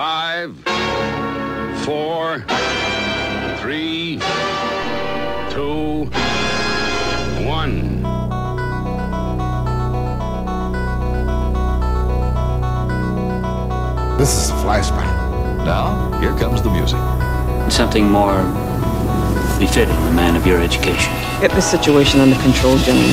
Five, four, three, two, one. This is a fly spot. Now, here comes the music. something more befitting a man of your education. Get this situation under control, gentlemen.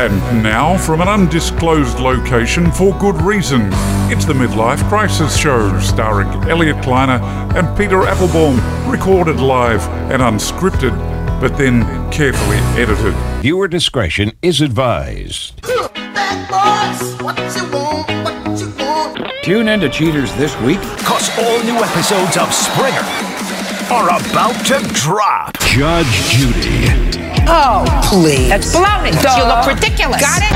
And now, from an undisclosed location for good reason, it's the Midlife Crisis Show, starring Elliot Kleiner and Peter Applebaum, recorded live and unscripted, but then carefully edited. Viewer discretion is advised. Bad boys, what you want, what you want. Tune in to Cheaters this week. Because all new episodes of Springer are about to drop. Judge Judy. That's baloney. You look ridiculous. Got it?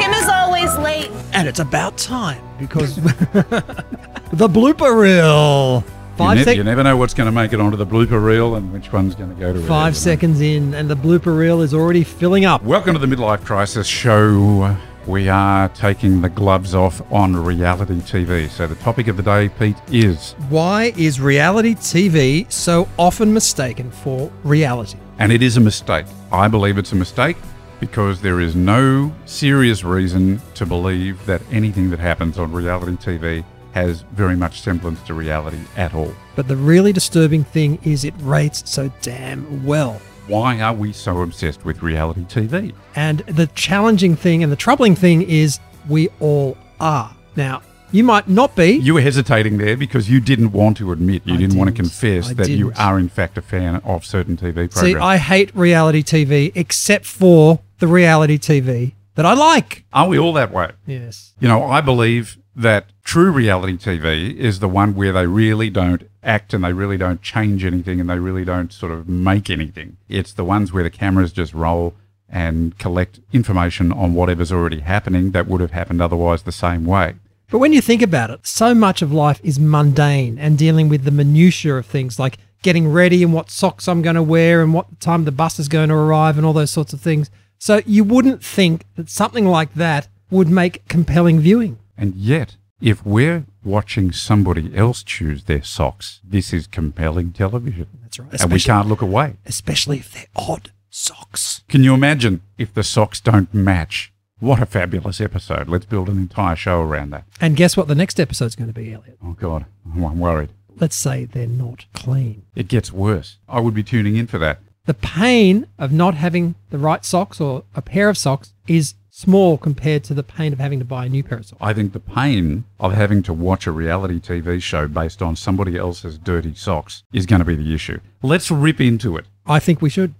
Kim is always late. And it's about time because the blooper reel. You, Five, ne- sec- you never know what's going to make it onto the blooper reel and which one's going to go to five seconds. seconds in, and the blooper reel is already filling up. Welcome to the Midlife Crisis Show. We are taking the gloves off on reality TV. So, the topic of the day, Pete, is, Why is reality TV so often mistaken for reality? and it is a mistake. I believe it's a mistake because there is no serious reason to believe that anything that happens on reality TV has very much semblance to reality at all. But the really disturbing thing is it rates so damn well. Why are we so obsessed with reality TV? And the challenging thing and the troubling thing is we all are. Now, you might not be. You were hesitating there because you didn't want to admit, you I didn't, want to didn't. confess I that you didn't. are, in fact, a fan of certain TV programs. See, I hate reality TV except for the reality TV that I like. Are we all that way? Yes. You know, I believe that true reality TV is the one where they really don't act and they really don't change anything and they really don't sort of make anything. It's the ones where the cameras just roll and collect information on whatever's already happening that would have happened otherwise the same way. But when you think about it, so much of life is mundane and dealing with the minutiae of things like getting ready and what socks I'm going to wear and what time the bus is going to arrive and all those sorts of things. So you wouldn't think that something like that would make compelling viewing. And yet, if we're watching somebody else choose their socks, this is compelling television. That's right. And we can't look away. Especially if they're odd socks. Can you imagine if the socks don't match? What a fabulous episode. Let's build an entire show around that. And guess what the next episode's going to be, Elliot? Oh, God, I'm I'm worried. Let's say they're not clean. It gets worse. I would be tuning in for that. The pain of not having the right socks or a pair of socks is small compared to the pain of having to buy a new pair of socks. I think the pain of having to watch a reality TV show based on somebody else's dirty socks is going to be the issue. Let's rip into it. I think we should.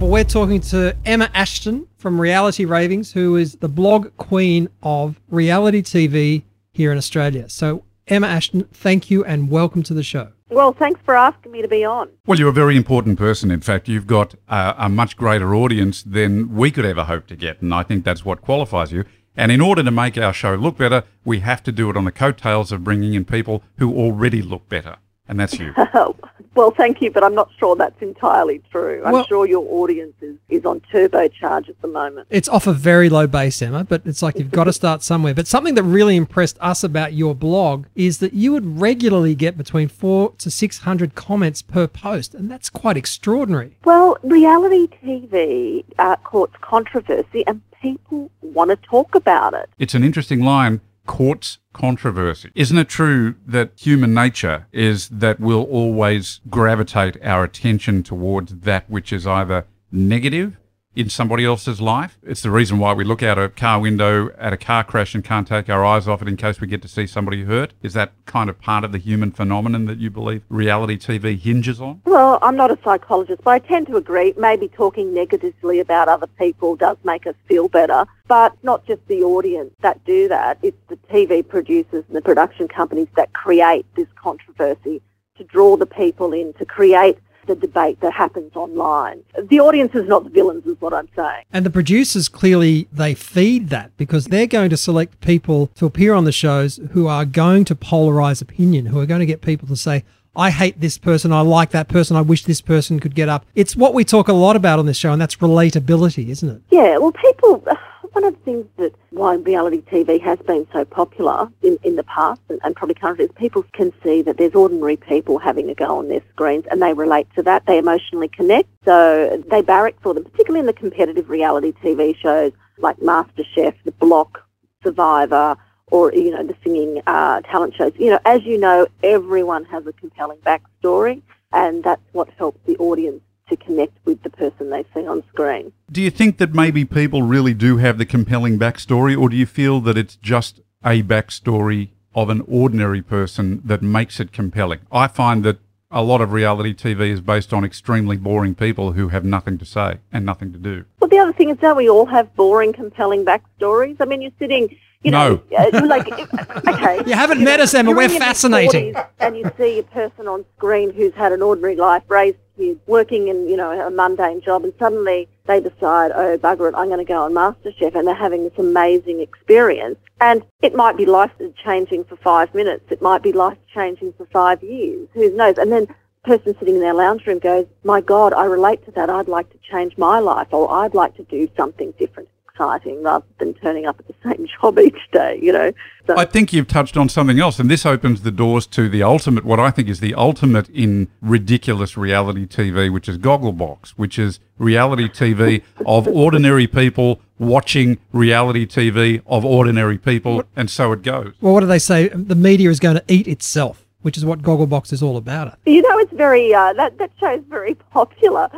Well, we're talking to Emma Ashton from Reality Ravings, who is the blog queen of reality TV here in Australia. So, Emma Ashton, thank you and welcome to the show. Well, thanks for asking me to be on. Well, you're a very important person. In fact, you've got a, a much greater audience than we could ever hope to get. And I think that's what qualifies you. And in order to make our show look better, we have to do it on the coattails of bringing in people who already look better. And that's you. Oh, well, thank you, but I'm not sure that's entirely true. I'm Well- sure your audience is, is on turbocharge at the moment. It's off a very low base, Emma, but it's like you've got to start somewhere. But something that really impressed us about your blog is that you would regularly get between four to 600 comments per post, and that's quite extraordinary. Well, reality TV uh, courts controversy and people want to talk about it. It's an interesting line courts controversy. Isn't it true that human nature is that we'll always gravitate our attention towards that which is either negative in somebody else's life? It's the reason why we look out a car window at a car crash and can't take our eyes off it in case we get to see somebody hurt. Is that kind of part of the human phenomenon that you believe reality TV hinges on? Well, I'm not a psychologist, but I tend to agree. Maybe talking negatively about other people does make us feel better, but not just the audience that do that. It's the TV producers and the production companies that create this controversy to draw the people in, to create the debate that happens online. The audience is not the villains, is what I'm saying. And the producers clearly they feed that because they're going to select people to appear on the shows who are going to polarize opinion, who are going to get people to say, I hate this person. I like that person. I wish this person could get up. It's what we talk a lot about on this show, and that's relatability, isn't it? Yeah, well, people. One of the things that why reality TV has been so popular in, in the past and, and probably currently is people can see that there's ordinary people having a go on their screens and they relate to that. They emotionally connect, so they barrack for them, particularly in the competitive reality TV shows like MasterChef, The Block, Survivor, or you know the singing uh, talent shows. You know, as you know, everyone has a compelling backstory, and that's what helps the audience to connect with the person they see on screen. Do you think that maybe people really do have the compelling backstory, or do you feel that it's just a backstory of an ordinary person that makes it compelling? I find that a lot of reality TV is based on extremely boring people who have nothing to say and nothing to do. Well, the other thing is, don't we all have boring, compelling backstories? I mean, you're sitting you know, No. uh, like, if- okay. You haven't know, met us, Emma. you're We're in your fascinating. 40s And you see a person on screen who's had an ordinary life, raised kids, working in, you know, a mundane job, and suddenly they decide, oh, bugger it, I'm going to go on MasterChef, and they're having this amazing experience. And it might be life changing for five minutes. It might be life changing for five years. Who knows? And then person sitting in their lounge room goes, my God, I relate to that. I'd like to change my life, or I'd like to do something different exciting rather than turning up at the same job each day, you know. So, I think you've touched on something else, and this opens the doors to the ultimate, what I think is the ultimate in ridiculous reality TV, which is Gogglebox, which is reality TV of ordinary people watching reality TV of ordinary people, and so it goes. Well, what do they say? The media is going to eat itself, which is what Gogglebox is all about. you know, it's very, uh, that, that show's very popular.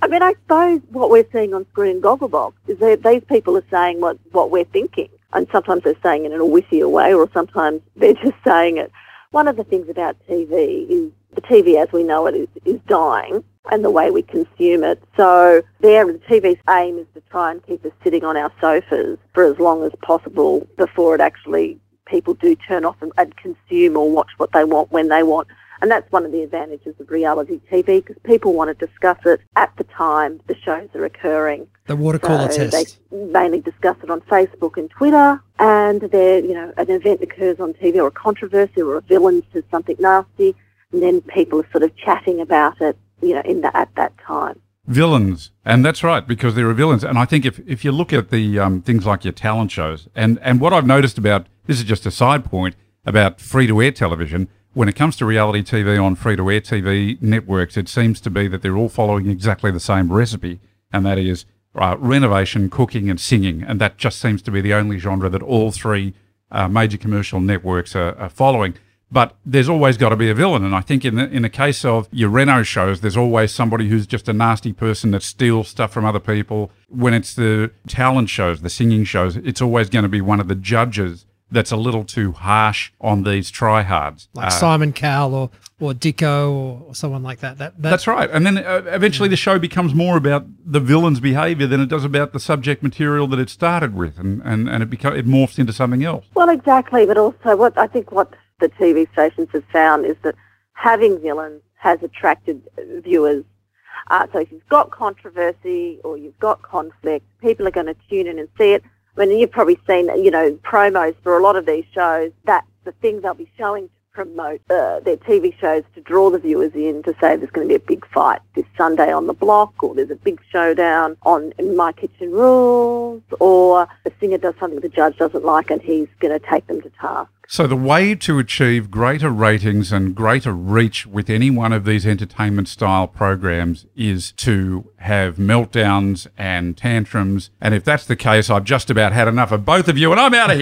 I mean, I suppose what we're seeing on screen in Gogglebox is that these people are saying what, what we're thinking. And sometimes they're saying it in a wittier way or sometimes they're just saying it. One of the things about TV is the TV as we know it is, is dying and the way we consume it. So there, the TV's aim is to try and keep us sitting on our sofas for as long as possible before it actually people do turn off and, and consume or watch what they want when they want. And that's one of the advantages of reality TV because people want to discuss it at the time the shows are occurring. The water cooler So test. They mainly discuss it on Facebook and Twitter, and there, you know, an event occurs on TV or a controversy or a villain says something nasty, and then people are sort of chatting about it, you know, in the, at that time. villains and that's right because there are villains and i think if, if you look at the um, things like your talent shows and, and what i've noticed about this is just a side point about free-to-air television when it comes to reality tv on free-to-air tv networks it seems to be that they're all following exactly the same recipe and that is uh, renovation cooking and singing and that just seems to be the only genre that all three uh, major commercial networks are, are following. But there's always got to be a villain, and I think in the in the case of your Renault shows, there's always somebody who's just a nasty person that steals stuff from other people. When it's the talent shows, the singing shows, it's always going to be one of the judges that's a little too harsh on these tryhards. like Uh, Simon Cowell or, or Dicko or, or someone like that. That, that That's right. And then uh, eventually the show becomes more about the villain's behavior than it does about the subject material that it started with. And, and, and it, beco- it morphs into something else. Well, exactly, but also what I think what the TV stations have found is that having villains has attracted uh, viewers. Uh, so if you've got controversy or you've got conflict, people are going to tune in and see it. I mean, you've probably seen, you know, promos for a lot of these shows. That's the thing they'll be showing to promote uh, their TV shows to draw the viewers in to say there's going to be a big fight this Sunday on the block or there's a big showdown on My Kitchen Rules or the singer does something the judge doesn't like and he's going to take them to task. So, the way to achieve greater ratings and greater reach with any one of these entertainment style programs is to have meltdowns and tantrums. And if that's the case, I've just about had enough of both of you and I'm out of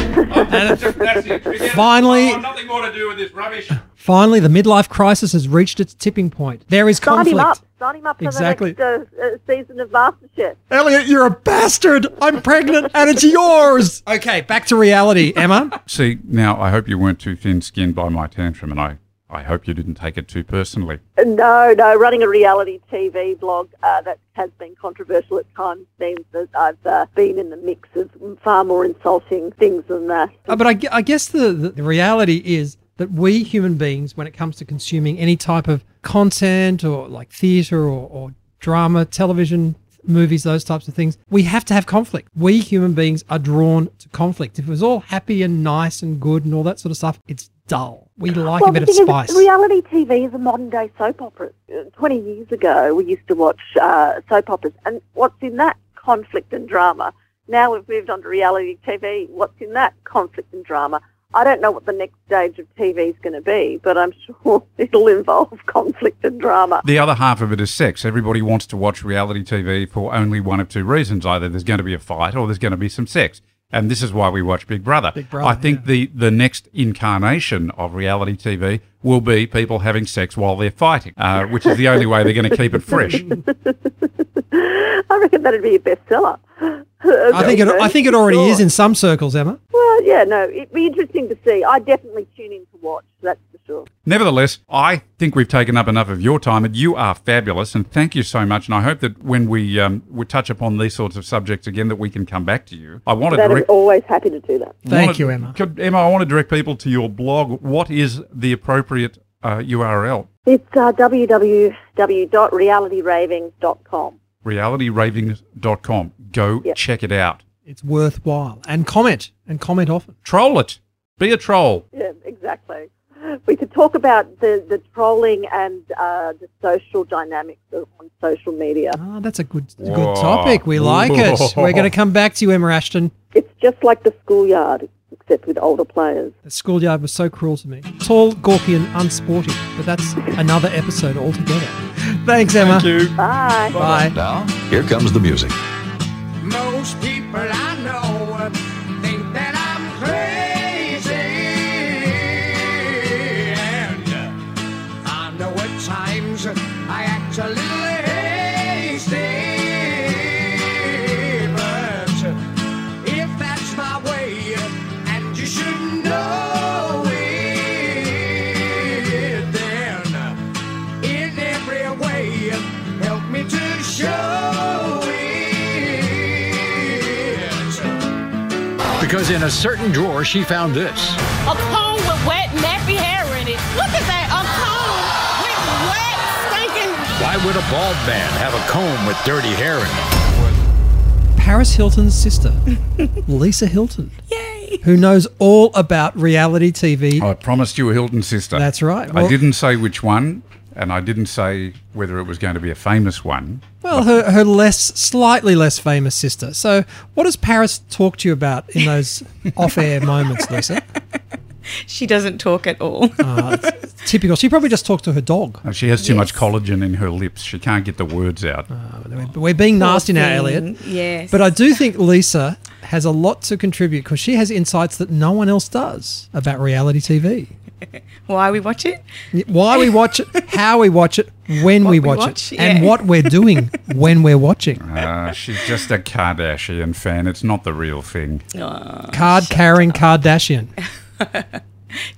here. I'm just- that's it. Forget it. Finally- I want nothing more to do with this rubbish. Finally, the midlife crisis has reached its tipping point. There is Sign him up. conflict. Sign him up for Exactly. the next uh, uh, season of MasterChef. Elliot, you're a bastard. I'm pregnant and it's yours. Okay, back to reality, Emma. See, now I hope you weren't too thin skinned by my tantrum and I, I hope you didn't take it too personally. No, no. Running a reality TV blog uh, that has been controversial at times means that I've uh, been in the mix of far more insulting things than that. Uh, but I, gue- I guess the, the, the reality is that we human beings, when it comes to consuming any type of content or like theater or, or drama, television, movies, those types of things, we have to have conflict. We human beings are drawn to conflict. If it was all happy and nice and good and all that sort of stuff, it's dull. We like a Well, bit of the thing is, spice. reality TV is a modern day soap opera. Uh, Twenty years ago, we used to watch uh, soap operas, and what's in that conflict and drama? Now we've moved on to reality TV. What's in that conflict and drama? I don't know what the next stage of TV is going to be, but I'm sure it'll involve conflict and drama. The other half of it is sex. Everybody wants to watch reality TV for only one of two reasons. Either there's going to be a fight or there's going to be some sex. And this is why we watch Big Brother. Big Brother, I think the, the next incarnation of reality TV will be people having sex while they're fighting, uh, which is the only way they're going to keep it fresh. I reckon that'd be a bestseller. I think it, I think it already is in some circles, Emma. Well, yeah, no, it'd be interesting to see. I definitely tune in to watch. That's for sure. Nevertheless, I think we've taken up enough of your time, and you are fabulous, and thank you so much. And I hope that when we um, we touch upon these sorts of subjects again, that we can come back to you. I wanted That to I'm rec- always happy to do that. Thank wanted- you, Emma. Could, Emma, I want to direct people to your blog. What is the appropriate uh, URL? It's uh, www.realityravings.com. RealityRavings.com. Go Yep. check it out. It's worthwhile. And comment. And comment often. Troll it. Be a troll. Yeah, exactly. We could talk about the, the trolling and uh, the social dynamics of- on social media. Uh-huh. Ah, that's a good a Whoa. good topic. We like it. We're going to come back to you, Emma Ashton. It's just like the schoolyard, except with older players. The schoolyard was so cruel to me. Tall, gawky, and unsporty. But that's another episode altogether. Thanks, Emma. Thank you. Bye. Bye. Now, here comes the music. Most people I know think that I'm crazy. And I know at times I act a little hasty. But if that's my way, and you should know it, then in every way. Help me to show it. Because in a certain drawer, she found this. A comb with wet, nappy hair in it. Look at that. A comb with wet, stinking. Why would a bald man have a comb with dirty hair in it? Paris Hilton's sister, Lisa Hilton. Yay! Who knows all about reality TV. I promised you a Hilton sister. That's right. I Well- didn't say which one, and I didn't say whether it was going to be a famous one. Well, her, her less, slightly less famous sister. So, what does Paris talk to you about in those off air moments, Lisa? She doesn't talk at all. Typical. She probably just talks to her dog. Uh, She has too much collagen in her lips. She can't get the words out. But We're being nasty now, Elliot. Yes. But I do think Lisa has a lot to contribute because she has insights that no one else does about reality TV. Why we watch it? Why we watch it, how we watch it, when we What we watch, watch, it, and yeah. what we're doing when we're watching. Uh, she's just a Kardashian fan. It's not the real thing. Card carrying Kardashian.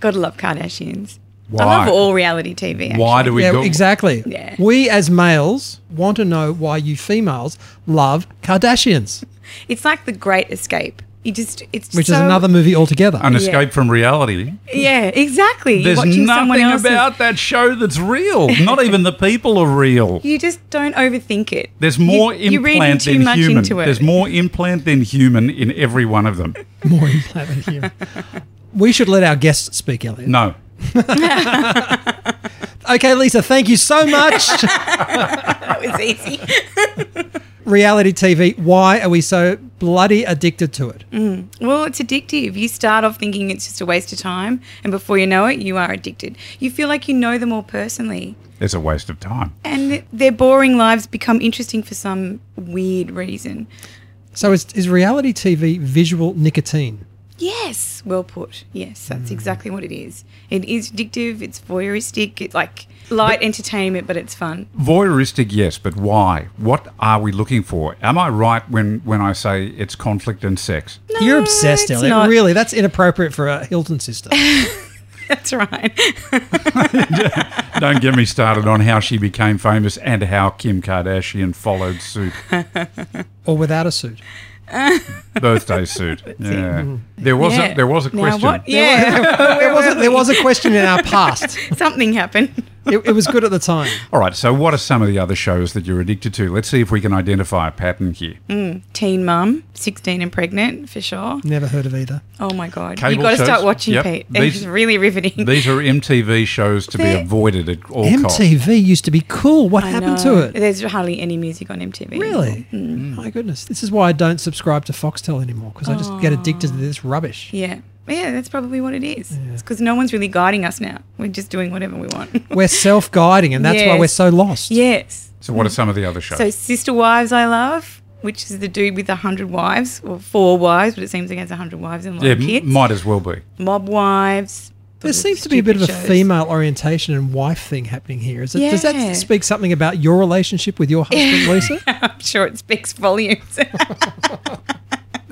Gotta love Kardashians. Why? I love all reality TV. Actually. Why do we yeah, go? exactly. Yeah. We as males want to know why you females love Kardashians, It's like the Great Escape. You just it's which is so- another movie altogether. An escape from reality. Yeah, exactly. You're There's watching someone nothing else's- about that show that's real. Not even the people are real. You just don't overthink it. There's more you, you're reading implant too than much human. Into it. There's more implant than human in every one of them. More implant than human. We should let our guests speak, Elliot. No. Okay, Lisa, thank you so much. That was easy. Reality TV, why are we so bloody addicted to it? Mm. Well, it's addictive. You start off thinking it's just a waste of time, and before you know it, you are addicted. You feel like you know them all personally, It's a waste of time. and their boring lives become interesting for some weird reason. So, is, is reality TV visual nicotine? Yes, well put. Yes, that's exactly what it is. It is addictive. It's voyeuristic. It's like light entertainment, but it's fun. Voyeuristic, yes, but why? What are we looking for? Am I right when, when I say it's conflict and sex? You're obsessed, it's Elliot. not. Really, that's inappropriate for a Hilton sister. That's right. Don't get me started on how she became famous and how Kim Kardashian followed suit. or without a suit. Birthday suit. Yeah. There was Mm-hmm. Yeah. a there was a Now question. what? Yeah, There was, a, there was a question in our past. something happened. It, it was good at the time. All right, so what are some of the other shows that you're addicted to? Let's see if we can identify a pattern here. Mm, teen Mum, 16 and Pregnant, for sure. Never heard of either. Oh my God. Cable You've got to shows? start watching, Yep. Pete. These- it's really riveting. These are MTV shows to be They're- avoided at all costs. MTV used to be cool. What I happened know. to it? There's hardly any music on MTV. Really? Mm. My goodness. This is why I don't subscribe to Foxtel anymore because I just get addicted to this rubbish. Yeah. Yeah, that's probably what it is. It's because no one's really guiding us now. We're just doing whatever we want. We're self guiding and that's why Yes. we're so lost. yes. So what are some of the other shows? So Sister Wives I love, which is the dude with a hundred wives or four wives, but it seems like he has a hundred wives and a lot yeah, of kids. m- might as well be. Mob Wives. There sort seems to be a bit of a stupid shows. female orientation and wife thing happening here. Is it, Does Yeah. that speak something about your relationship with your husband, Lisa? um, I'm sure it speaks volumes.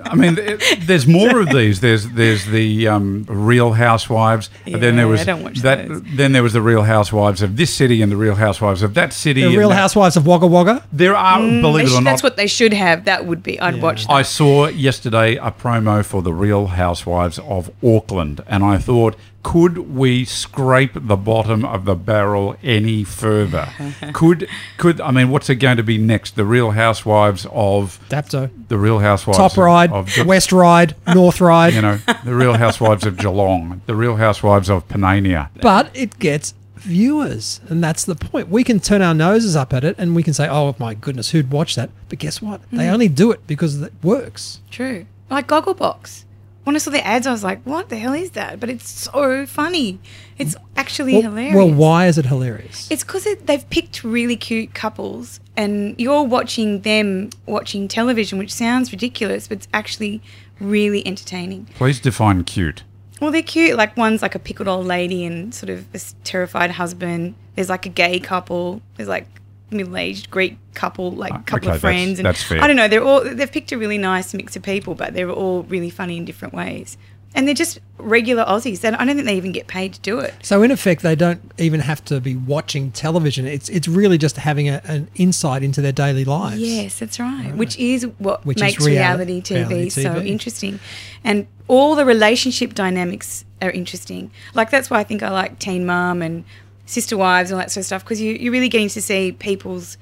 I mean, th- there's more of these. There's there's the um, Real Housewives, and then Yeah, there was I don't watch that. those. Then there was the Real Housewives of this city and the Real Housewives of that city. The and Real that- Housewives of Wagga Wagga? There are, Mm, They believe it sh- or not, that's what they should have. That would be. I'd watch that. I saw yesterday a promo for the Real Housewives of Auckland, and I thought, could we scrape the bottom of the barrel any further? could could I mean, what's it going to be next? The Real Housewives of Dapto. the Real Housewives Top of- Ride, of, Ge- West Ride, North Ride. you know, the Real Housewives of Geelong, the Real Housewives of Panania. But it gets viewers, and that's the point. We can turn our noses up at it and we can say, oh my goodness, who'd watch that? But guess what? They Mm. only do it because it works. True. Like Gogglebox. When I saw the ads, I was like, "What the hell is that?" But it's so funny. It's actually Well, hilarious. well, why is it hilarious? It's because it, they've picked really cute couples, and you're watching them watching television, which sounds ridiculous, but it's actually really entertaining. Please define cute. Well, they're cute. Like one's like a pickled old lady and sort of this terrified husband. There's like a gay couple. There's like middle-aged Greek couple, like Ah, a couple okay, of friends. that's- that's fair. I don't know. They're all they've picked a really nice mix of people, but they're all really funny in different ways. And they're just regular Aussies. They- I don't think they even get paid to do it. So in effect, they don't even have to be watching television. It's it's really just having a, an insight into their daily lives. Yes, that's right. Which is what Which is makes reality- reality, TV reality so TV. interesting. And all the relationship dynamics are interesting. Like that's why I think I like Teen Mom and Sister Wives and all that sort of stuff because you, you're really getting to see people's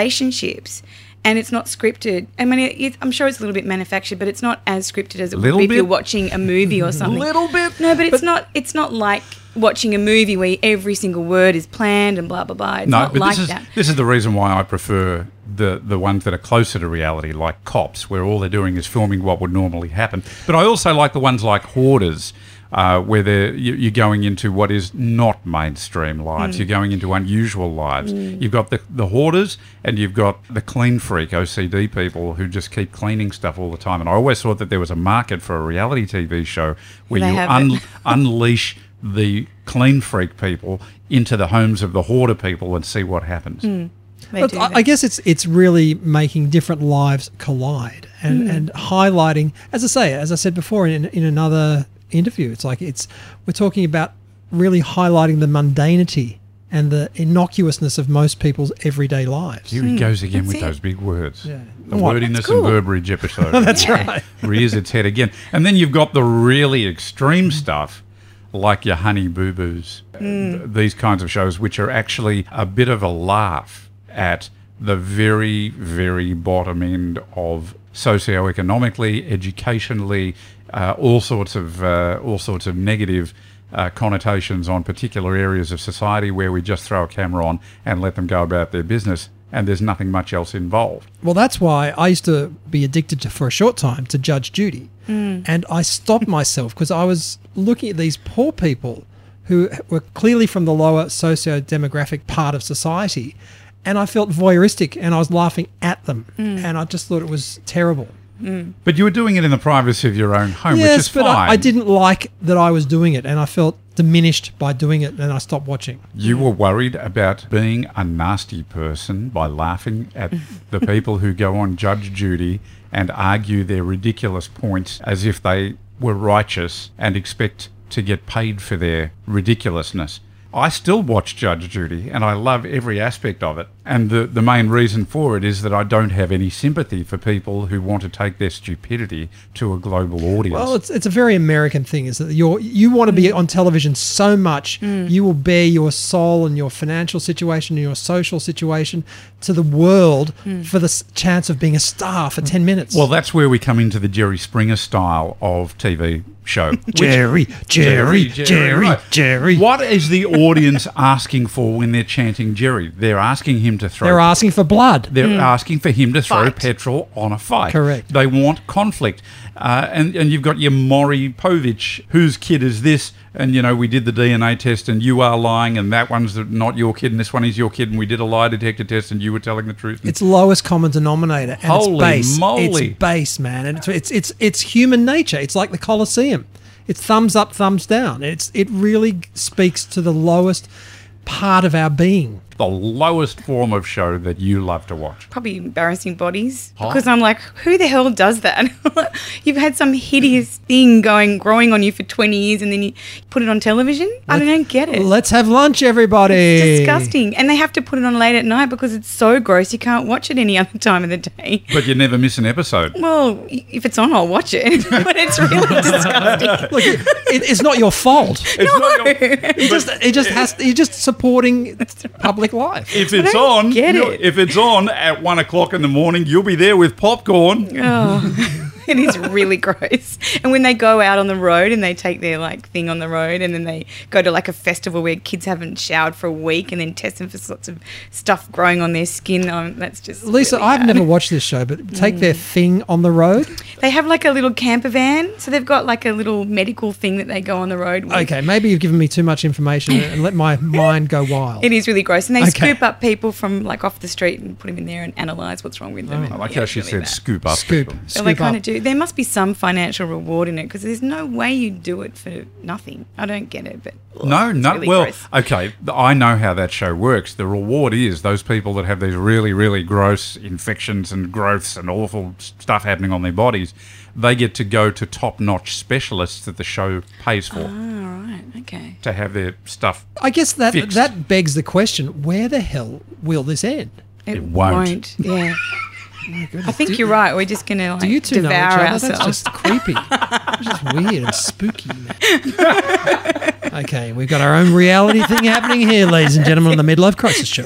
relationships. And it's not scripted. I mean, it, it, I'm sure it's a little bit manufactured, but it's not as scripted as it would Little be if you're bit? watching a movie or something. Little bit? No, but it's not. It's not like watching a movie where every single word is planned and blah blah blah. It's No, not but like this is that. this is the reason why I prefer the the ones that are closer to reality, like Cops, where all they're doing is filming what would normally happen. But I also like the ones like Hoarders, uh, where they're, you, you're going into what is not mainstream lives. You're Hmm. going into unusual lives. You've got the the hoarders, and you've got the clean freak OCD people who just keep cleaning stuff all the time. And I always thought that there was a market for a reality TV show where They you have un- it. unleash the clean freak people into the homes of the hoarder people and see what happens. They But do I, that. I guess it's it's really making different lives collide and, Mm. and highlighting, as I say, as I said before in, in another interview, it's like it's we're talking about really highlighting the mundanity and the innocuousness of most people's everyday lives. Here he goes again with it. those big words. Yeah. The What? wordiness cool. and verbiage episode. That's right. Rears its head again. And then you've got the really extreme stuff like your Honey Boo Boos, uh, th- these kinds of shows, which are actually a bit of a laugh at the very, very bottom end of socioeconomically, educationally, uh, all sorts of uh, all sorts of negative uh, connotations on particular areas of society where we just throw a camera on and let them go about their business, and there's nothing much else involved. Well, that's why I used to be addicted to, for a short time, to Judge Judy. And I stopped myself because I was looking at these poor people who were clearly from the lower socio demographic part of society. And I felt voyeuristic and I was laughing at them. And I just thought it was terrible. But you were doing it in the privacy of your own home, which yes, is but fine. I, I didn't like that I was doing it. And I felt diminished by doing it. And I stopped watching. You were worried about being a nasty person by laughing at the people who go on Judge Judy and argue their ridiculous points as if they were righteous and expect to get paid for their ridiculousness. I still watch Judge Judy and I love every aspect of it. And the, the main reason for it is that I don't have any sympathy for people who want to take their stupidity to a global audience. Well, it's, it's a very American thing is that you're, you want to be on television so much, Mm. you will bear your soul and your financial situation and your social situation to the world for the s- chance of being a star for 10 minutes. Well, that's where we come into the Jerry Springer style of TV show. Which- Jerry, Jerry, Jerry, Jerry. What is the audience asking for when they're chanting Jerry? They're asking him to throw. They're asking for blood. They're asking for him to throw Hmm. Fight. petrol on a fight. Correct. They want conflict. Uh, and, and you've got your Maury Povich, whose kid is this? And, you know, we did the DNA test and you are lying and that one's not your kid and this one is your kid and we did a lie detector test and you were telling the truth. It's lowest common denominator. And Holy it's base. moly. It's base, man. And it's, it's it's it's human nature. It's like the Colosseum. It's thumbs up, thumbs down. It's it really speaks to the lowest part of our being. the lowest form of show that you love to watch. Probably embarrassing bodies Huh? because I'm like, who the hell does that? You've had some hideous thing going, growing on you for 20 years, and then you put it on television. I Let- don't get it. Let's have lunch, everybody. It's disgusting, and they have to put it on late at night because it's so gross. You can't watch it any other time of the day. But you never miss an episode. Well, i- if it's on, I'll watch it, but it's really disgusting. Look, it, it's not your fault. It's not your- It just it just has you're just supporting public life. If I it's don't on, get you'll- it. if it's on at one o'clock in the morning, you'll be there with popcorn. Oh, it is really gross. And when they go out on the road and they take their like thing on the road, and then they go to like a festival where kids haven't showered for a week, and then test them for lots of stuff growing on their skin. Um, that's just Lisa, really I've bad. never watched this show, but take Mm. their thing on the road. They have like a little camper van, so they've got like a little medical thing that they go on the road with. Okay, maybe you've given me too much information and let my mind go wild. It is really gross, and they Okay. scoop up people from like off the street and put them in there and analyze what's wrong with them. Oh, I and- like yeah, how she really said bad. scoop up. Scoop. Well, they Scoop kind up. of do. There must be some financial reward in it because there's no way you do it for nothing. I don't get it, but No, it's not really well. gross. Okay, th- I know how that show works. The reward is those people that have these really, really gross infections and growths and awful s- stuff happening on their bodies. They get to go to top-notch specialists that the show pays for Ah, right. Okay. to have their stuff. I guess that fixed. that begs the question: Where the hell will this end? It, won't. Yeah. I think you're right. We're just gonna like Do you two know each devour other? That's ourselves. just creepy. It's just weird and spooky. man. okay, we've got our own reality thing happening here, ladies and gentlemen, on the Midlife Crisis Show.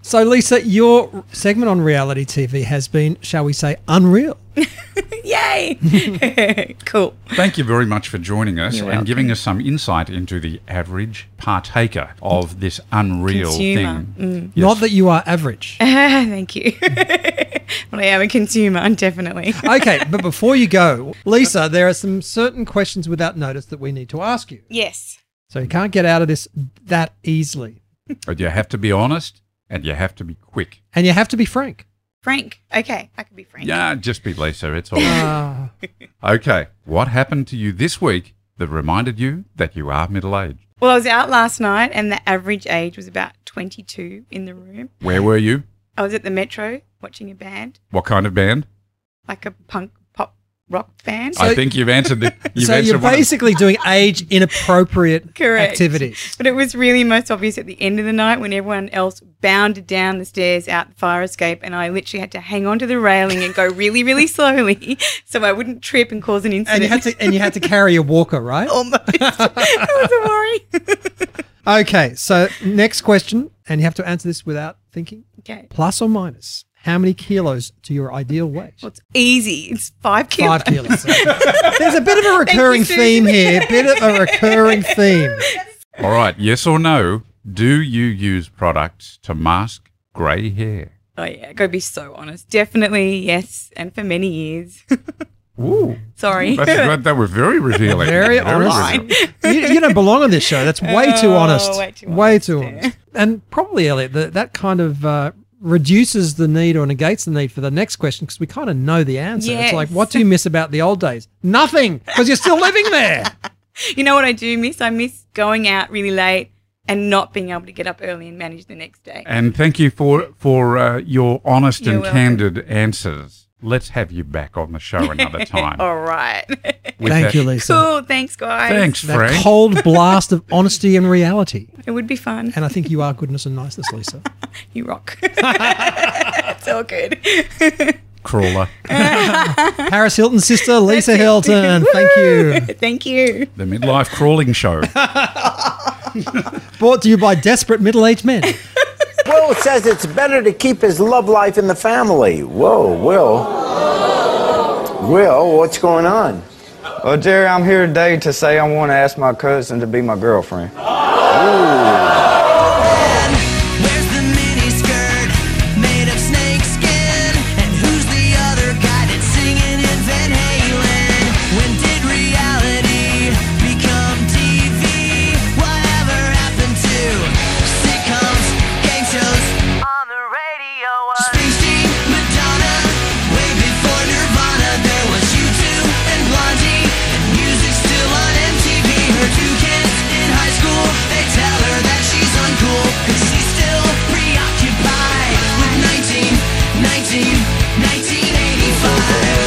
So, Lisa, your segment on reality TV has been, shall we say, unreal. Yay! cool. Thank you very much for joining us You're and giving us some insight into the average partaker of this unreal Consumer. thing. Mm. Yes. Not that you are average. Thank you. well, I am a consumer, definitely. Okay, but before you go, Lisa, there are some certain questions without notice that we need to ask you. Yes. So you can't get out of this that easily. But you have to be honest and you have to be quick. And you have to be frank. Frank. Okay, I can be Frank. Yeah, just be Lisa. It's all right. Ah. okay. What happened to you this week that reminded you that you are middle aged? Well, I was out last night, and the average age was about 22 in the room. Where were you? I was at the Metro watching a band, What kind of band? like a punk pop rock band. I think you've answered the. You've so answered you're one of- basically doing age inappropriate Correct. activities. But it was really most obvious at the end of the night when everyone else bounded down the stairs out the fire escape, and I literally had to hang onto the railing and go really, really slowly so I wouldn't trip and cause an And incident. you had to and you had to carry a walker, right? Almost. that was a worry. Okay, so next question, and you have to answer this without thinking. Okay. Plus or minus, how many kilos to your ideal weight? Well, it's easy. It's five kilos. Five kilos. There's a bit of a Thank you, recurring Susan. theme here. Bit of a recurring theme. All right. Yes or no? Do you use products to mask grey hair? Oh, yeah. Go be so honest. Definitely, yes. And for many years. Ooh. Sorry. That's, that, that was very revealing. Very honest. revealing. You, you don't belong on this show. That's way too Oh, honest. way too Way honest, too yeah. honest. And probably, Elliot, that that kind of uh, reduces the need or negates the need for the next question because we kind of know the answer. It's like, Yes. what do you miss about the old days? Nothing, because you're still living there. You know what I do miss? I miss going out really late and not being able to get up early and manage the next day. And thank you for for uh, your honest You're and welcome. candid answers. Let's have you back on the show another time. All right. With Thank that- you, Lisa. Cool. Thanks, guys. Thanks, That Frank. cold blast of honesty and reality. It would be fun. And I think you are goodness and niceness, Lisa. You rock. it's all good. Thank Crawler. Paris Hilton's sister, Lisa Hilton. Thank you. Thank you. The midlife crawling show. Brought to you by desperate middle-aged men. Will says it's better to keep his love life in the family. Whoa, Will. Will, what's going on? Well, Jerry, I'm here today to say I want to ask my cousin to be my girlfriend. Where's the mini skirt made of snakeskin? And who's the other guy that's singing in Van Halen? When did reality become TV? Whatever happened to sitcoms, game shows on the radio? Springsteen, Madonna, way before Nirvana, there was you two and Blondie. And music still on MTV. Her two kids in high school, they tell her that she's uncool, 'cause she's still preoccupied with 19, 19, 1985.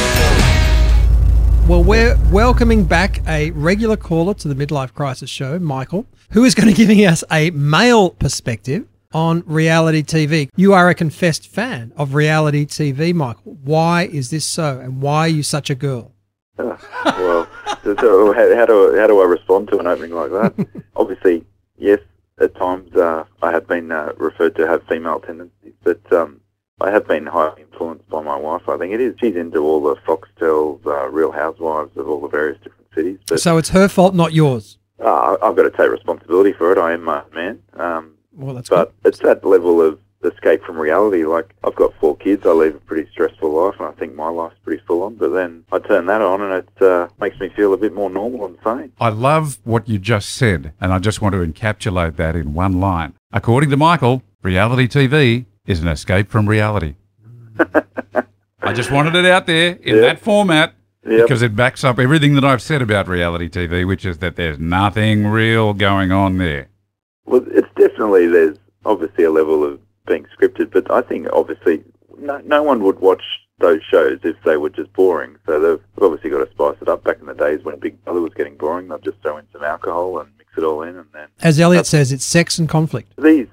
Well, we're welcoming back a regular caller to the Midlife Crisis show, Michael, who is going to be giving us a male perspective on reality TV. You are a confessed fan of reality TV, Michael. Why is this so? And why are you such a girl? Uh, well, so, so how, how do how do I respond to an opening like that? Obviously, yes. At times, uh, I have been uh, referred to have female tendencies, but um, I have been highly influenced by my wife. I think it is. She's into all the Foxtels, uh, Real Housewives of all the various different cities. But So it's her fault, not yours. uh, I- I've got to take responsibility for it. I am a man. Um, Well, that's but it's that level of escape from reality. Like I've got four kids, I live a pretty stressful life, and I think my life's pretty full on. But then I turn that on, and it uh, makes me feel a bit more normal and sane. I love what you just said, and I just want to encapsulate that in one line. According to Michael, reality TV is an escape from reality. I just wanted it out there in Yeah. that format Yep. because it backs up everything that I've said about reality TV, which is that there's nothing real going on there. Well, it's definitely there's obviously a level of being scripted, but I think obviously no, no one would watch those shows if they were just boring. So they've obviously got to spice it up. Back in the days when Big Brother was getting boring, they'd just throw in some alcohol and mix it all in, and then As Elliot says, it's sex and conflict. These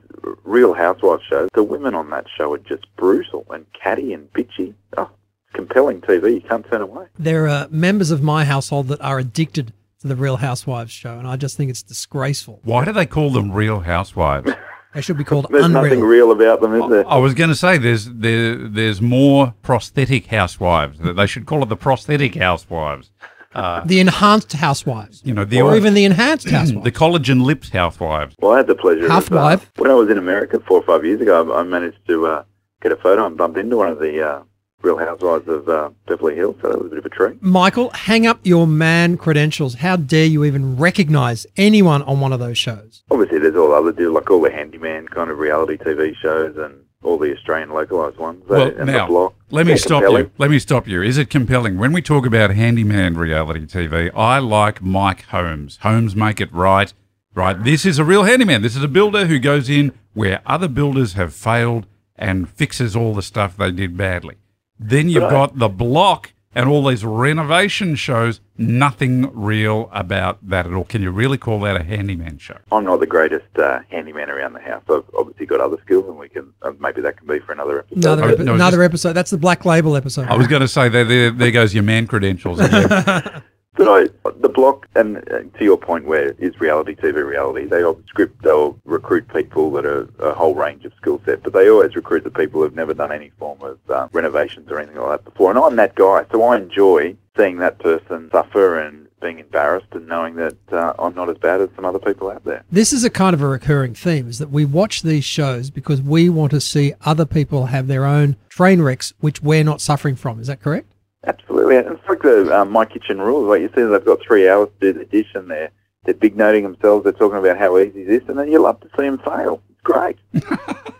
Real Housewives shows, the women on that show are just brutal and catty and bitchy. Oh, compelling TV. You can't turn away. There are members of my household that are addicted to the Real Housewives show, and I just think it's disgraceful. Why do they call them real housewives? They should be called There's nothing unreal. Oh, real about them, is there? I was going to say there's there there's more prosthetic housewives. That They should call it the prosthetic housewives. Uh, oh, The enhanced housewives. you know, the or even the enhanced housewives. the collagen lips housewives. Well, I had the pleasure of. Uh, Housewife. when I was in America four or five years ago, I, I managed to uh, get a photo and bumped into one of the uh, Real Housewives of uh, Beverly Hills, so that was a bit of a treat. Michael, hang up your man credentials. How dare you even recognize anyone on one of those shows? Obviously, there's all other deals, like all the handyman kind of reality TV shows and all the Australian localised ones. They- Well, and the now block. let me They're stop compelling. you. Let me stop you. Is it compelling when we talk about handyman reality TV? I like Mike Holmes. Holmes make it right. Right. This is a real handyman. This is a builder who goes in where other builders have failed and fixes all the stuff they did badly. Then you've Right. got the block and all these renovation shows. Nothing real about that at all. Can you really call that a handyman show? I'm not the greatest uh, handyman around the house. I've obviously got other skills, and we can uh, maybe that can be for another episode. Another, I- epi- oh, no, another episode. That's the Black Label episode. I was going to say there, there, there goes your man credentials. again. But I, the block, and uh, to your point, where is reality TV reality? They all script, they'll recruit people that are a whole range of skill set, but they always recruit the people who've never done any form of uh, renovations or anything like that before. And I'm that guy, so I enjoy seeing that person suffer and being embarrassed and knowing that uh, I'm not as bad as some other people out there. This is a kind of a recurring theme is that we watch these shows because we want to see other people have their own train wrecks, which we're not suffering from. Is that correct? Absolutely. It's like the uh, My Kitchen Rules. Like you see, they've got three hours to do the dish and they're, they're big noting themselves. They're talking about how easy is this, and then you love to see them fail. It's great.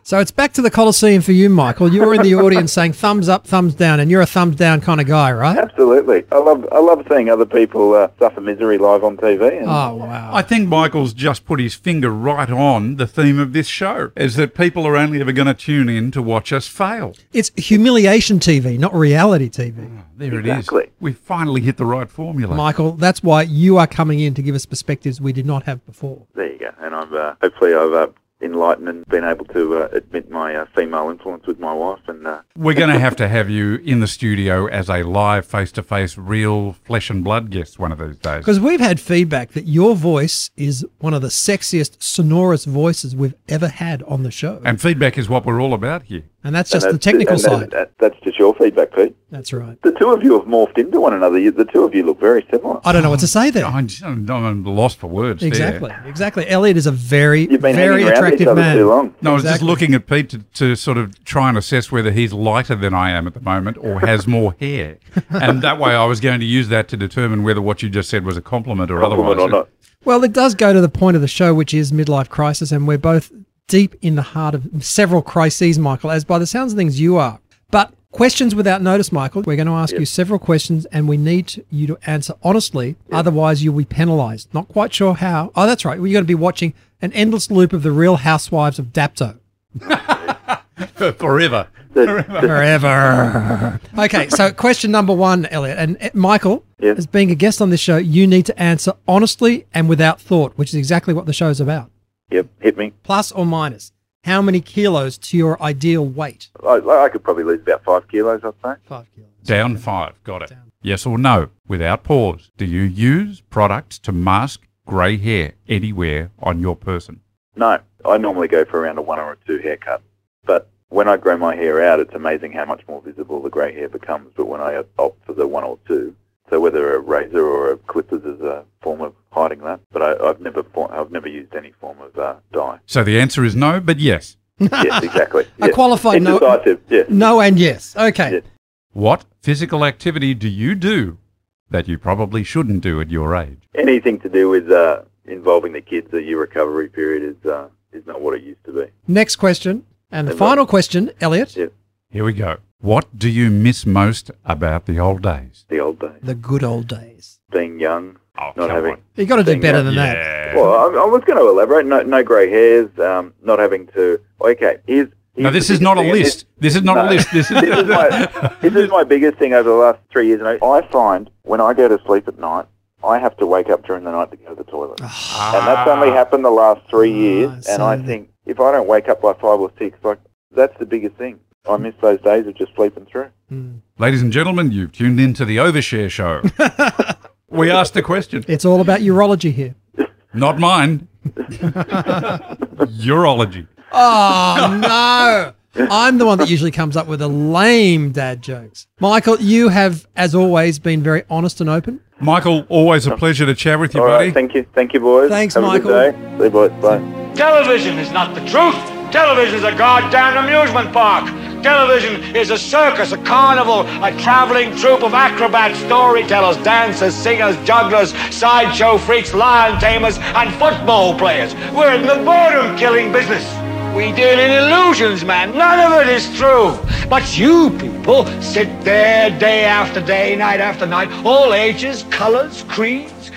So it's back to the Coliseum for you, Michael. You were in the audience saying thumbs up, thumbs down, and you're a thumbs down kind of guy, right? Absolutely, I love I love seeing other people uh, suffer misery live on TV. And Oh, wow. I think Michael's just put his finger right on the theme of this show is that people are only ever going to tune in to watch us fail. It's humiliation TV, not reality TV. There it is. We finally hit the right formula. Michael, that's why you are coming in to give us perspectives we did not have before. there you go. And I've uh, hopefully I've uh, enlightened and been able to uh, admit my uh, female influence with my wife. And uh, We're going to have to have you in the studio as a live, face to face, real flesh and blood guest one of these days. Because we've had feedback that your voice is one of the sexiest, sonorous voices we've ever had on the show. And feedback is what we're all about here. And that's just the technical and side. that- that- that's just your feedback, Pete. That's right. The two of you have morphed into one another. You, the two of you look very similar. I don't know what to say there. I'm, I'm lost for words. there. Exactly. Exactly. Elliot is a very, been very hanging around each attractive other man. too long. No, I was just looking at Pete to, to sort of try and assess whether he's lighter than I am at the moment or has more hair. And that way I was going to use that to determine whether what you just said was a compliment or Compliment otherwise. or not. Well, it does go to the point of the show, which is midlife crisis, and we're both deep in the heart of several crises, Michael, as by the sounds of things you are. But questions without notice, Michael. We're going to ask you several questions, and we need to- you to answer honestly. Otherwise, you'll be penalised. Not quite sure how. Oh, that's right. We're going to be watching an endless loop of The Real Housewives of Dapto. Forever. Forever. Okay, so question number one, Elliot. And uh, Michael, as being a guest on this show, you need to answer honestly and without thought, which is exactly what the show's about. Yep, hit me. Plus or minus, how many kilos to your ideal weight? I, I could probably lose about five kilos, I'd say. Five kilos. Down five. Got it. Yes or no, without pause. Do you use products to mask grey hair anywhere on your person? No, I normally go for around a one or a two haircut. But when I grow my hair out, it's amazing how much more visible the grey hair becomes. But when I opt for the one or two, so whether a razor or a clippers is a form of hiding that, but I, I've never for- I've never used any form of uh, dye. So the answer is no, but yes. yes, exactly. A Yes. qualified no- Indecisive, yes. No and yes. Okay. What physical activity do you do that you probably shouldn't do at your age? Anything to do with uh, involving the kids at your recovery period is uh, is not what it used to be. Next question. And the And final question, Elliot. Here we go. What do you miss most about the old days? The old days, The good old days. being young, not having you got to do Being better young. than that. Well, I, I was going to elaborate. No, no grey hairs. Um, not having to. Okay, here's. No, this is not a list. This is not a list. This is- this, is my, this is my biggest thing over the last three years. And I, I find when I go to sleep at night, I have to wake up during the night to go to the toilet, Ah. and that's only happened the last three years. And I think if I don't wake up by five or six, like that's the biggest thing. I miss those days of just sleeping through. Ladies and gentlemen, you've tuned in to the Overshare Show. we asked the question, It's all about urology here. not mine, urology. Oh, no. I'm the one that usually comes up with the lame dad jokes. Michael, you have, as always, been very honest and open. Michael, always a pleasure to chat with you, All buddy. right, thank you, thank you, boys. Thanks, Have A good day. See you, boys. Bye. Television is not the truth. Television is a goddamn amusement park. Television is a circus, a carnival, a traveling troupe of acrobats, storytellers, dancers, singers, jugglers, sideshow freaks, lion tamers, and football players. We're in the boredom killing business. We deal in illusions, man. None of it is true. But you people sit there day after day, night after night, all ages, colors, creeds.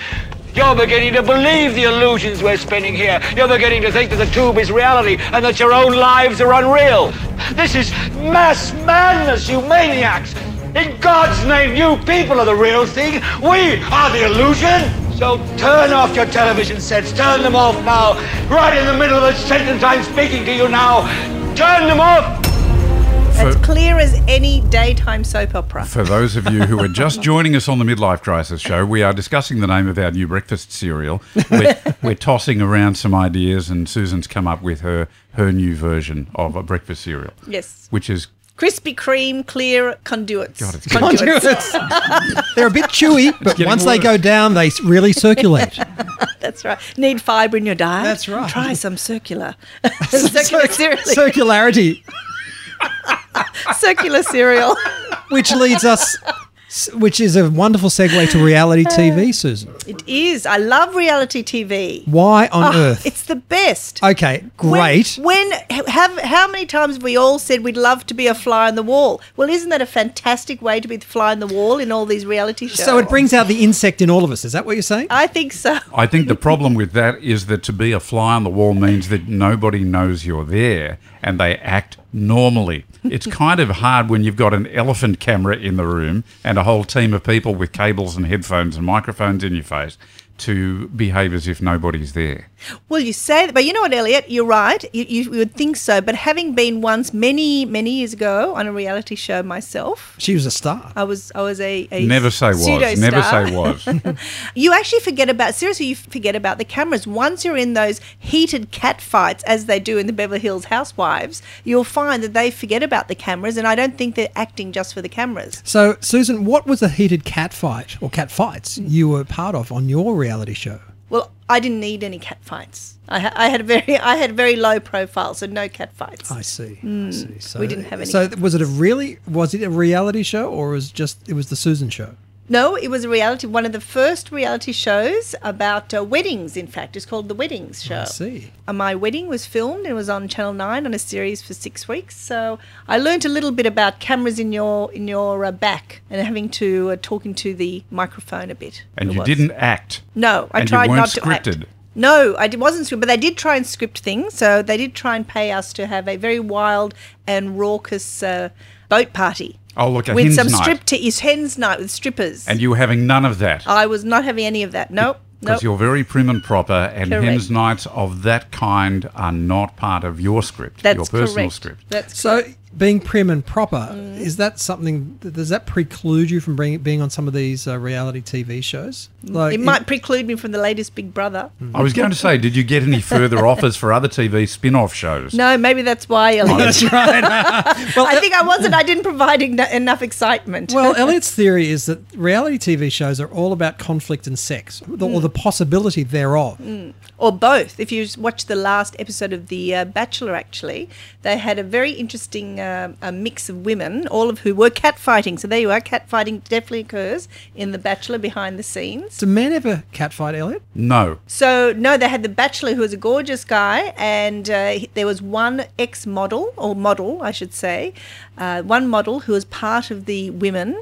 You're beginning to believe the illusions we're spinning here. You're beginning to think that the tube is reality and that your own lives are unreal. This is mass madness, you maniacs. In God's name, you people are the real thing. We are the illusion. So turn off your television sets. Turn them off now. Right in the middle of a sentence I'm speaking to you now. Turn them off. As clear as any daytime soap opera. For those of you who are just joining us on the Midlife Crisis Show, we are discussing the name of our new breakfast cereal. We're, we're tossing around some ideas, and Susan's come up with her, her new version of a breakfast cereal, Yes. which is Krispy Kreme clear conduits. God, it's Conduits. They're a bit chewy, but once they go down, they s- really circulate. That's right. Need fibre in your diet? That's right. Try some circular. circular cereal. Circularity, circular cereal. which leads us S- Which is a wonderful segue to reality Uh, TV, Susan. It is. I love reality TV. Why on Oh, earth? It's the best. Okay, great. When have how many times have we all said we'd love to be a fly on the wall? Well, isn't that a fantastic way to be the fly on the wall in all these reality shows? so it brings out the insect in all of us. Is that what you're saying? I think so. I think the problem with that is that to be a fly on the wall means that nobody knows you're there and they act normally. It's kind of hard when you've got an elephant camera in the room and a whole team of people with cables and headphones and microphones in your face to behave as if nobody's there. Well, you say that, but you know what, Elliot? You're right. You, you, you would think so, but having been once many, many years ago on a reality show myself, She was a star. I was I was a, a Never say was. pseudo Never star. say was. you actually forget about seriously you forget about the cameras once you're in those heated cat fights as they do in the beverly hills housewives you'll find that they forget about the cameras and i don't think they're acting just for the cameras So, Susan, what was the heated cat fight or cat fights you were part of on your reality show? well i didn't need any cat fights i, ha- I had a very i had very low profile so no cat fights I see. I Mm. see. So, we didn't have any So, was it a really was it a reality show or was it just it was the Susan show? No, it was a reality, one of the first reality shows about uh, weddings, in fact. It's called The Weddings Show. I see. Uh, my wedding was filmed and was on Channel 9 on a series for six weeks. So I learnt a little bit about cameras in your in your uh, back and having to uh, talking to the microphone a bit. And It you was. didn't act. No, I and tried you weren't not to act. scripted. No, I did, wasn't script, but they did try and script things. So they did try and pay us to have a very wild and raucous uh, boat party Oh, look, a with hens some night. strip t- hens night with strippers. and you were having none of that. I was not having any of that. Nope. Because Nope. you're very prim and proper, and Correct. hens nights of that kind are not part of your script, That's your personal correct. script. That's so being prim and proper Mm. is that something? Does that preclude you from bring, being on some of these uh, reality TV shows? Like Mm. it might preclude me from the latest Big Brother. I was going to say, did you get any further offers for other TV spin off shows? No, Oh, maybe that's why. Elliot. That's right. I think I wasn't. I didn't provide en- enough excitement. uh, Well, Elliot's theory is that reality TV shows are all about conflict and sex, the- or Mm. the possibility thereof. Mm. Or both. If you watch the last episode of The uh, Bachelor, actually, they had a very interesting uh, a mix of women, all of who were catfighting. So there you are, catfighting definitely occurs in The Bachelor behind the scenes. Do men ever catfight, Elliot? No. So no, they had the Bachelor, who was a gorgeous guy, and uh, he- there was one ex-model or model, I should say, uh, one model who was part of the women.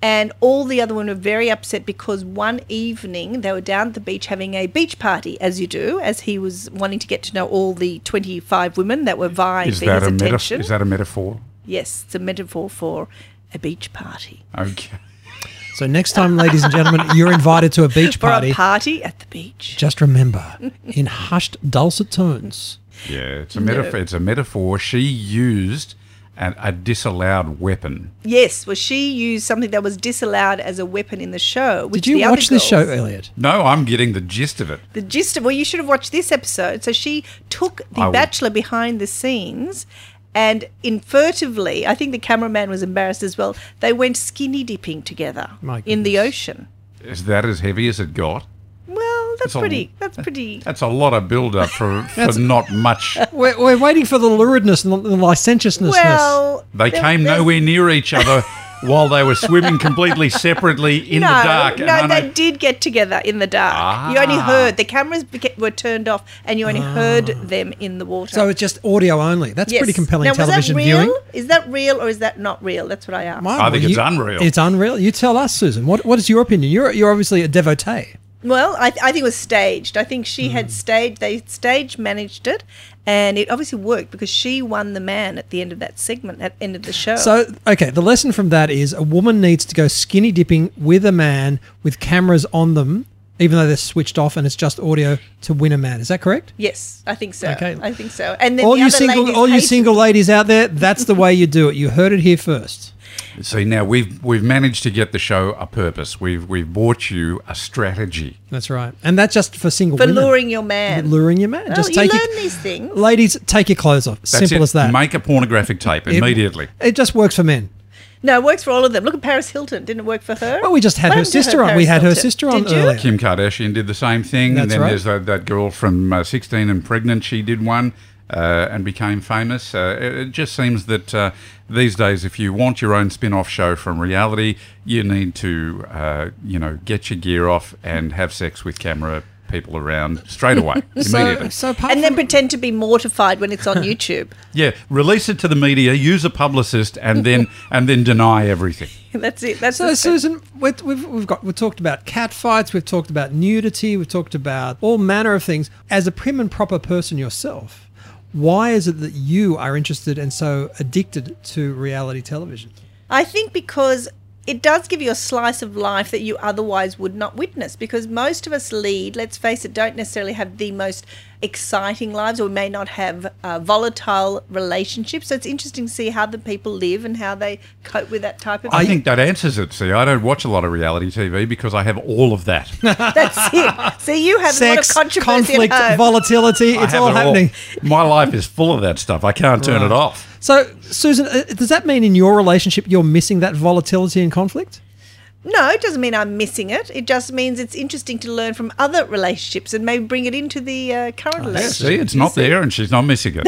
And all the other women were very upset because one evening they were down at the beach having a beach party, as you do, as he was wanting to get to know all the 25 women that were Mm-hmm. vying Is for his that, a attention. metaphor? is that a metaphor? yes, it's a metaphor for a beach party. Okay. So next time, ladies and gentlemen, you're invited to a beach For party. a party at the beach. Just remember, in hushed, dulcet tones. Yeah, it's a No. metaphor. It's a metaphor. She used an, a disallowed weapon. Yes, well, she used something that was disallowed as a weapon in the show. Which Did you the watch other this show, girls- Elliot? No, I'm getting the gist of it. The gist of well, you should have watched this episode. So she took the I will. bachelor behind the scenes, and in furtively, I think the cameraman was embarrassed as well. They went skinny dipping together My in the ocean. Is that as heavy as it got? Well, that's That's a- pretty. That's pretty. That's a lot of build up for, for That's- not much. We're, we're waiting for the luridness and the the licentiousness. Well, They there- came there's- nowhere near each other while they were swimming completely separately in no, the dark. No, And I know- they did get together in the dark. You only Ah. heard the cameras beca- were turned off, and you only heard them in the water. Ah. so it's just audio only. That's Yes. pretty compelling now, television was that real? viewing. Is that real or is that not real? That's what I asked. Wow, well, you- It's unreal. You tell us, Susan. What What is your opinion? You're you're obviously a devotee. Hmm. well, I, I think it was staged. I think she had staged. They stage managed it, and it obviously worked because she won the man at the end of that segment, at the end of the show. So, okay, the lesson from that is a woman needs to go skinny dipping with a man with cameras on them, even though they're switched off and it's just audio to win a man. Is that correct? yes, I think so. Okay. I think so. And then all the you other single, ladies all you hated- single ladies out there, that's the way you do it. You heard it here first. See now we've we've managed to get the show a purpose. We've we've bought you a strategy. That's right, and that's just for single for women. luring your man. luring your man. Oh, just you take learn your, these things. ladies, take your clothes off. That's Simple it. as that. Make a pornographic tape It- immediately. It just works for men. No, it works for all of them. Look at Paris Hilton. Didn't it work for her? Well, we just had What her happened to sister on. We Paris had her Hilton? sister on Did you? earlier. Kim Kardashian did the same thing, That's and then right. there's that, that girl from uh, 16 and pregnant. She did one, uh, and became famous. Uh, it, it just seems that uh, these days, if you want your own spin off show from reality, you need to, uh, you know, get your gear off and have sex with camera people around straight away, immediately. and then pretend to be mortified when it's on YouTube. Yeah, release it to the media, use a publicist, and then and then deny everything. That's it. That's so, the spe- Susan. We've, we've we've got we've talked about cat fights. We've talked about nudity. We've talked about all manner of things. As a prim and proper person yourself, why is it that you are interested and so addicted to reality television? I think because it does give you a slice of life that you otherwise would not witness because most of us lead, let's face it, don't necessarily have the most exciting lives or we may not have uh, volatile relationships. So it's interesting to see how the people live and how they cope with that type of I thing. think that answers it. See, I don't watch a lot of reality TV because I have all of that. That's it. See, you have Sex, a lot of controversy conflict, at home. volatility. I It's have all it happening. My life is full of that stuff. I can't turn Right. it off. So, Susan, uh, does that mean in your relationship you're missing that volatility and conflict? No, it doesn't mean I'm missing it. It just means it's interesting to learn from other relationships and maybe bring it into the uh, current Yeah, relationship. see, it's not there, and she's not missing it.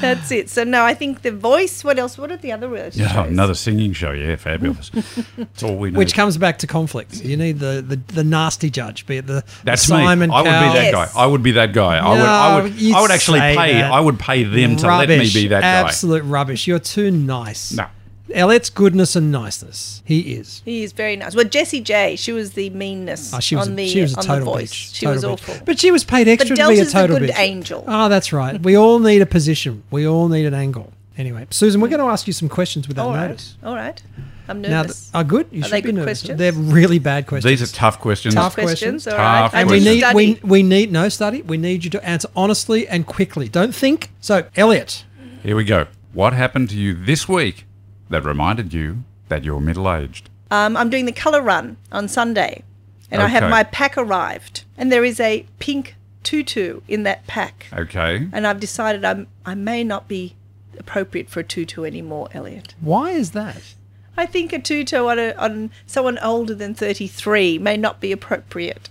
That's it. So no, I think the voice. What else? What are the other words? yeah, another singing show. Yeah, fabulous. That's all we need. Which comes back to conflict. You need the, the, the nasty judge, be it the That's the Simon me. I would Cowell. be that guy. I would be that guy. I would. I No, would. I would you'd actually say pay. that. I would pay them to let me Rubbish. be that Absolute rubbish. You're too nice. No. Elliot's goodness and niceness. He is. He is very nice. Well, Jessie J, she was the meanness Oh, she was, on a, the she was a on the total voice. bitch. She Total was bitch. awful. But she was paid But extra to be a Delta's the total good bitch. angel. Oh, that's right. We all need a position. We all need an angle. Anyway, Susan, we're going to ask you some questions without All right. notice. All right. I'm Now, nervous. are good. You Are should they be good nervous. questions? They're really bad guy. questions. These are tough questions. Tough questions, questions. all right. Tough I and we didn't need questions. we, study. we need no study. We need you to answer honestly and quickly. Don't think. So, Elliot, Here we go. What happened to you this week that reminded you that you're middle aged? Um, I'm doing the colour run on Sunday, and I have Okay. my pack arrived, and there is a pink tutu in that pack, Okay. and I've decided I'm I may not be appropriate for a tutu anymore, Elliot. why is that? I think a tutu on, a, on someone older than 33 may not be appropriate.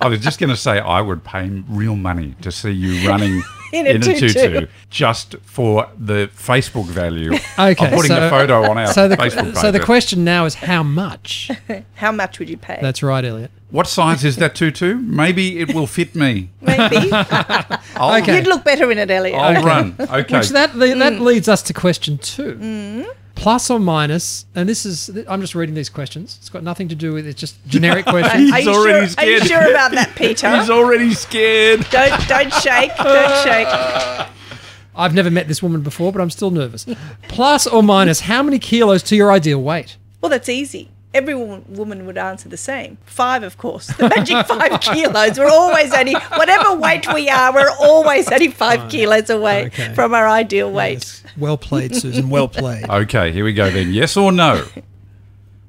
I was just going to say I would pay real money to see you running In a tutu. just for the Facebook value Okay, of putting so, the photo on our so the, Facebook page. So the question now is how much? How much would you pay? That's right, Elliot. What size is that tutu? Maybe it will fit me. Maybe. I'll, You'd look better in it, Elliot. I'll run. Okay. Which that the, Mm. that leads us to question two. Plus or minus, and this is I'm just reading these questions. It's got nothing to do with it's just generic questions. Are you, sure, are you sure about that, Peter? He's already scared. don't don't shake. Don't shake. I've never met this woman before, but I'm still nervous. Plus or minus, how many kilos to your ideal weight? Well, that's easy. Every woman, woman would answer the same. Five, of course. The magic five kilos. We're always only, whatever weight we are, we're always only five kilos away Okay. from our ideal weight. Well played, Susan. Well played. Okay, here we go then. Yes or no?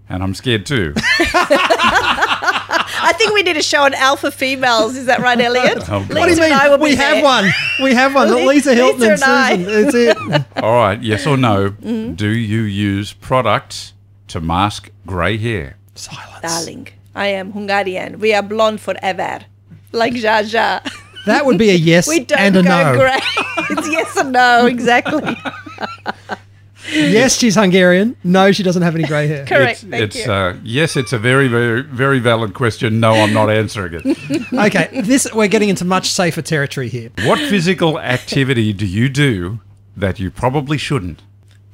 And I'm scared too. I think we did a show on alpha females. Is that right, Elliot? Oh, Lisa God. What do you and I will be we have there. one. We have one. Lisa- Lisa Hilton Lisa and and, Susan. That's it. All right, yes or no? Mm-hmm. Do you use products to mask grey hair? Darling, I am Hungarian. We are blonde forever. Like Zsa Zsa. That would be a yes We don't and a go no. grey. It's yes or no, exactly. Yes, she's Hungarian. No, she doesn't have any grey hair. Correct. It's, Thank it's, you. Uh, yes, it's a very, very, very valid question. No, I'm not answering it. Okay, this we're getting into much safer territory here. what physical activity do you do that you probably shouldn't?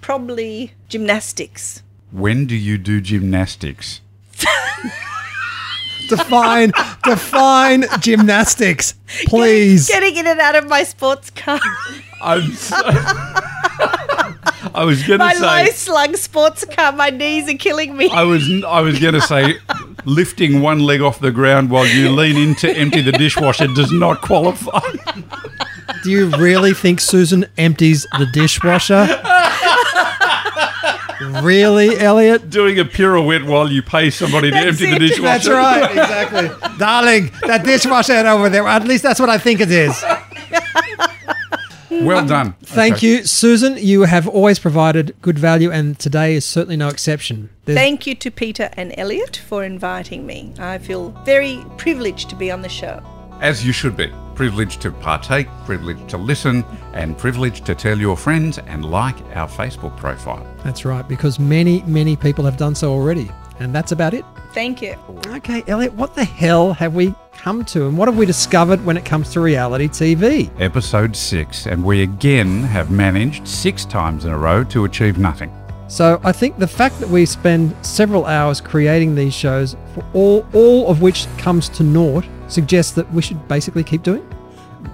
Probably gymnastics. When do you do gymnastics? Define, define gymnastics, please. Getting in and out of my sports car. I'm so I was going my to say. low slung sports car. My knees are killing me. I was I was going to say lifting one leg off the ground while you lean in to empty the dishwasher does not qualify. Do you really think Susan empties the dishwasher? really, Elliot? Doing a pirouette while you pay somebody to That's empty the it. dishwasher. That's right, exactly. Darling, that dishwasher over there, at least that's what I think it is. Well done. Thank you, Susan. You have always provided good value, and today is certainly no exception. There's- Thank you to Peter and Elliot for inviting me. I feel very privileged to be on the show. as you should be. Privileged to partake, privileged to listen, and privileged to tell your friends and like our Facebook profile. That's right, because many, many people have done so already. And that's about it. Thank you. Okay, Elliot, what the hell have we come to and what have we discovered when it comes to reality TV? Episode 6, and we again have managed six times in a row to achieve nothing. So I think the fact that we spend several hours creating these shows, for all, all of which comes to naught, suggests that we should basically keep doing.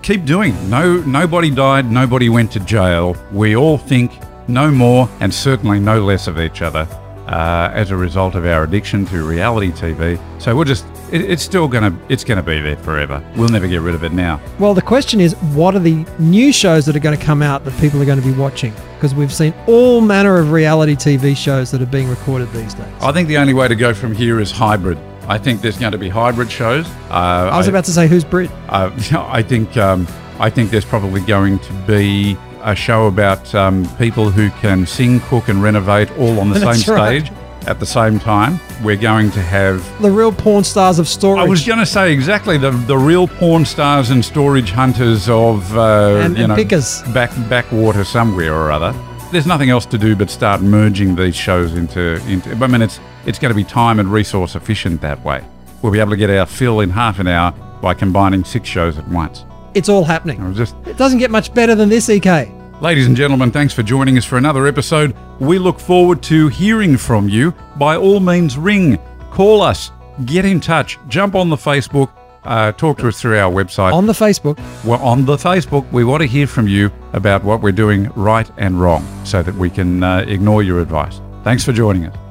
Keep doing. No, nobody died, nobody went to jail. We all think no more and certainly no less of each other uh, as a result of our addiction to reality TV. So we're just, it, it's still gonna, it's gonna be there forever. We'll never get rid of it now. Well, the question is, what are the new shows that are going to come out that people are going to be watching? Because we've seen all manner of reality TV shows that are being recorded these days. I think the only way to go from here is hybrid. I think there's going to be hybrid shows. Uh, I was about to say, who's Brit? Uh, I think um, I think there's probably going to be a show about um, people who can sing, cook, and renovate all on the That's same right. stage at the same time. We're going to have. The real porn stars of storage. I was going to say exactly the the real porn stars and storage hunters of uh, And- you and know, pickers. back backwater somewhere or other. There's nothing else to do but start merging these shows into into. I mean, it's it's going to be time and resource efficient that way. We'll be able to get our fill in half an hour by combining six shows at once. It's all happening. I was just It doesn't get much better than this, E EK. Ladies and gentlemen, thanks for joining us for another episode. We look forward to hearing from you. By all means, ring, call us, get in touch, jump on the Facebook, uh, talk to us through our website. On the Facebook. We're on the Facebook. We want to hear from you about what we're doing right and wrong so that we can uh, ignore your advice. Thanks for joining us.